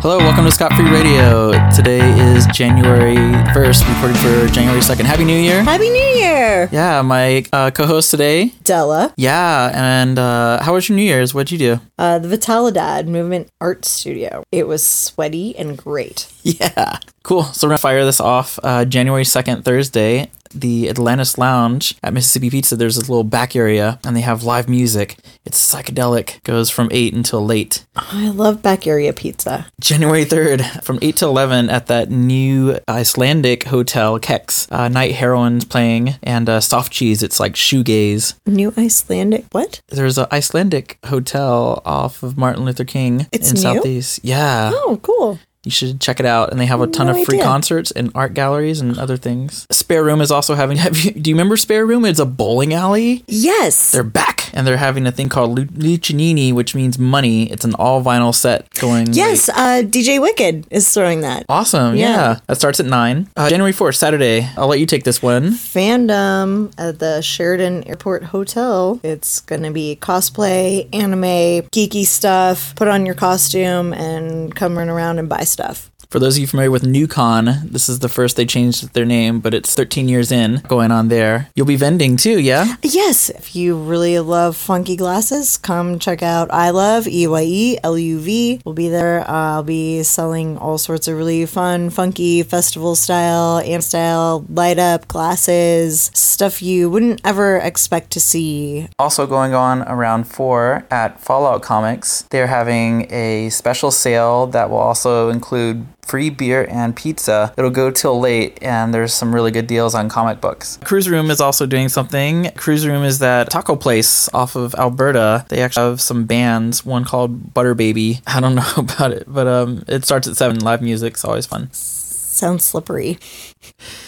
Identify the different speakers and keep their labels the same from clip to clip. Speaker 1: Hello, welcome to Scott Free Radio. Today is January 1st, recording for January 2nd. Happy New Year.
Speaker 2: Happy New Year,
Speaker 1: Yeah, my uh, co-host today.
Speaker 2: Della.
Speaker 1: Yeah, and uh, how was your New Year's? What'd you do?
Speaker 2: Uh, the Vitalidad Movement Art Studio. It was sweaty and great.
Speaker 1: Yeah. Cool. So we're going to fire this off uh, January 2nd, Thursday. The Atlantis Lounge at Mississippi Pizza, there's this little back area and they have live music. It's psychedelic, goes from 8 until late.
Speaker 2: I love back area pizza.
Speaker 1: January 3rd from 8 to 11 at that new Icelandic hotel, Kex. Uh, Night Heroines playing and uh, soft cheese. It's like shoegaze.
Speaker 2: New Icelandic. What?
Speaker 1: There's an Icelandic hotel off of Martin Luther King
Speaker 2: It's
Speaker 1: in
Speaker 2: new?
Speaker 1: Southeast. Yeah.
Speaker 2: Oh, cool.
Speaker 1: You should check it out. And they have a ton
Speaker 2: No
Speaker 1: of free
Speaker 2: idea.
Speaker 1: concerts and art galleries and other things. Spare Room is also having. Have you, do you remember Spare Room? It's a bowling alley
Speaker 2: Yes.
Speaker 1: they're back and they're having a thing called Lu- Lucinini, which means money. It's an all vinyl set going.
Speaker 2: yes. Uh, DJ Wicked is throwing that.
Speaker 1: Awesome. Yeah.
Speaker 2: Yeah.
Speaker 1: That starts at 9. Uh, January 4th, Saturday. I'll let you take this one.
Speaker 2: Fandom at the Sheridan Airport Hotel. It's gonna be cosplay, anime, geeky stuff. Put on your costume and come run around and buy stuff.
Speaker 1: For those of you familiar with NewCon, this is the first they changed their name, but it's 13 years in going on there. You'll be vending too, yeah?
Speaker 2: Yes, if you really love funky glasses, come check out I Love E Y E L U V. We'll be there. Uh, I'll be selling all sorts of really fun, funky festival style, amp style, light up glasses, stuff you wouldn't ever expect to see.
Speaker 1: Also going on around 4 at Fallout Comics, they're having a special sale that will also include free beer and pizza. It'll go till late and there's some really good deals on comic books. Cruise Room is also doing something. Cruise Room is that taco place off of Alberta. They actually have some bands, one called Butter Baby. I don't know about it, but um it starts at 7. Live music's always fun.
Speaker 2: Sounds slippery.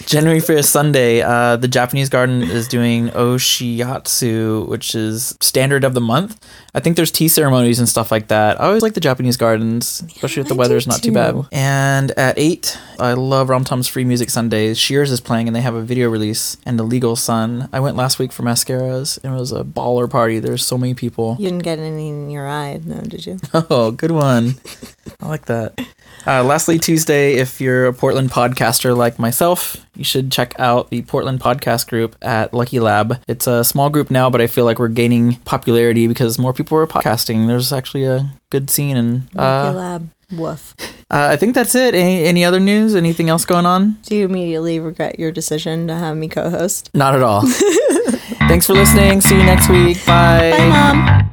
Speaker 1: January 1st, Sunday, uh, the Japanese garden is doing Oshiatsu, which is standard of the month. I think there's tea ceremonies and stuff like that. I always like the Japanese gardens, especially if the
Speaker 2: I do
Speaker 1: weather's not too bad.
Speaker 2: too.
Speaker 1: And at 8, I love Rom Tom's Free Music Sundays. Shears is playing and they have a video release and Illegal Sun. I went last week for mascaras and it was a baller party. There's so many people.
Speaker 2: You didn't get any in your eye, no, did you?
Speaker 1: Oh, good one. I like that. Uh, lastly, Tuesday, if you're a Portland podcaster like myself, you should check out the Portland podcast group at Lucky Lab. It's a small group now, but I feel like we're gaining popularity because more people are podcasting. There's actually a good scene. And
Speaker 2: Lucky
Speaker 1: uh, uh,
Speaker 2: lab. Woof.
Speaker 1: I think that's it. Any, any other news? Anything else going on?
Speaker 2: Do you immediately regret your decision to have me co host?
Speaker 1: Not at all. Thanks for listening. See you next week.
Speaker 2: Bye, Mom.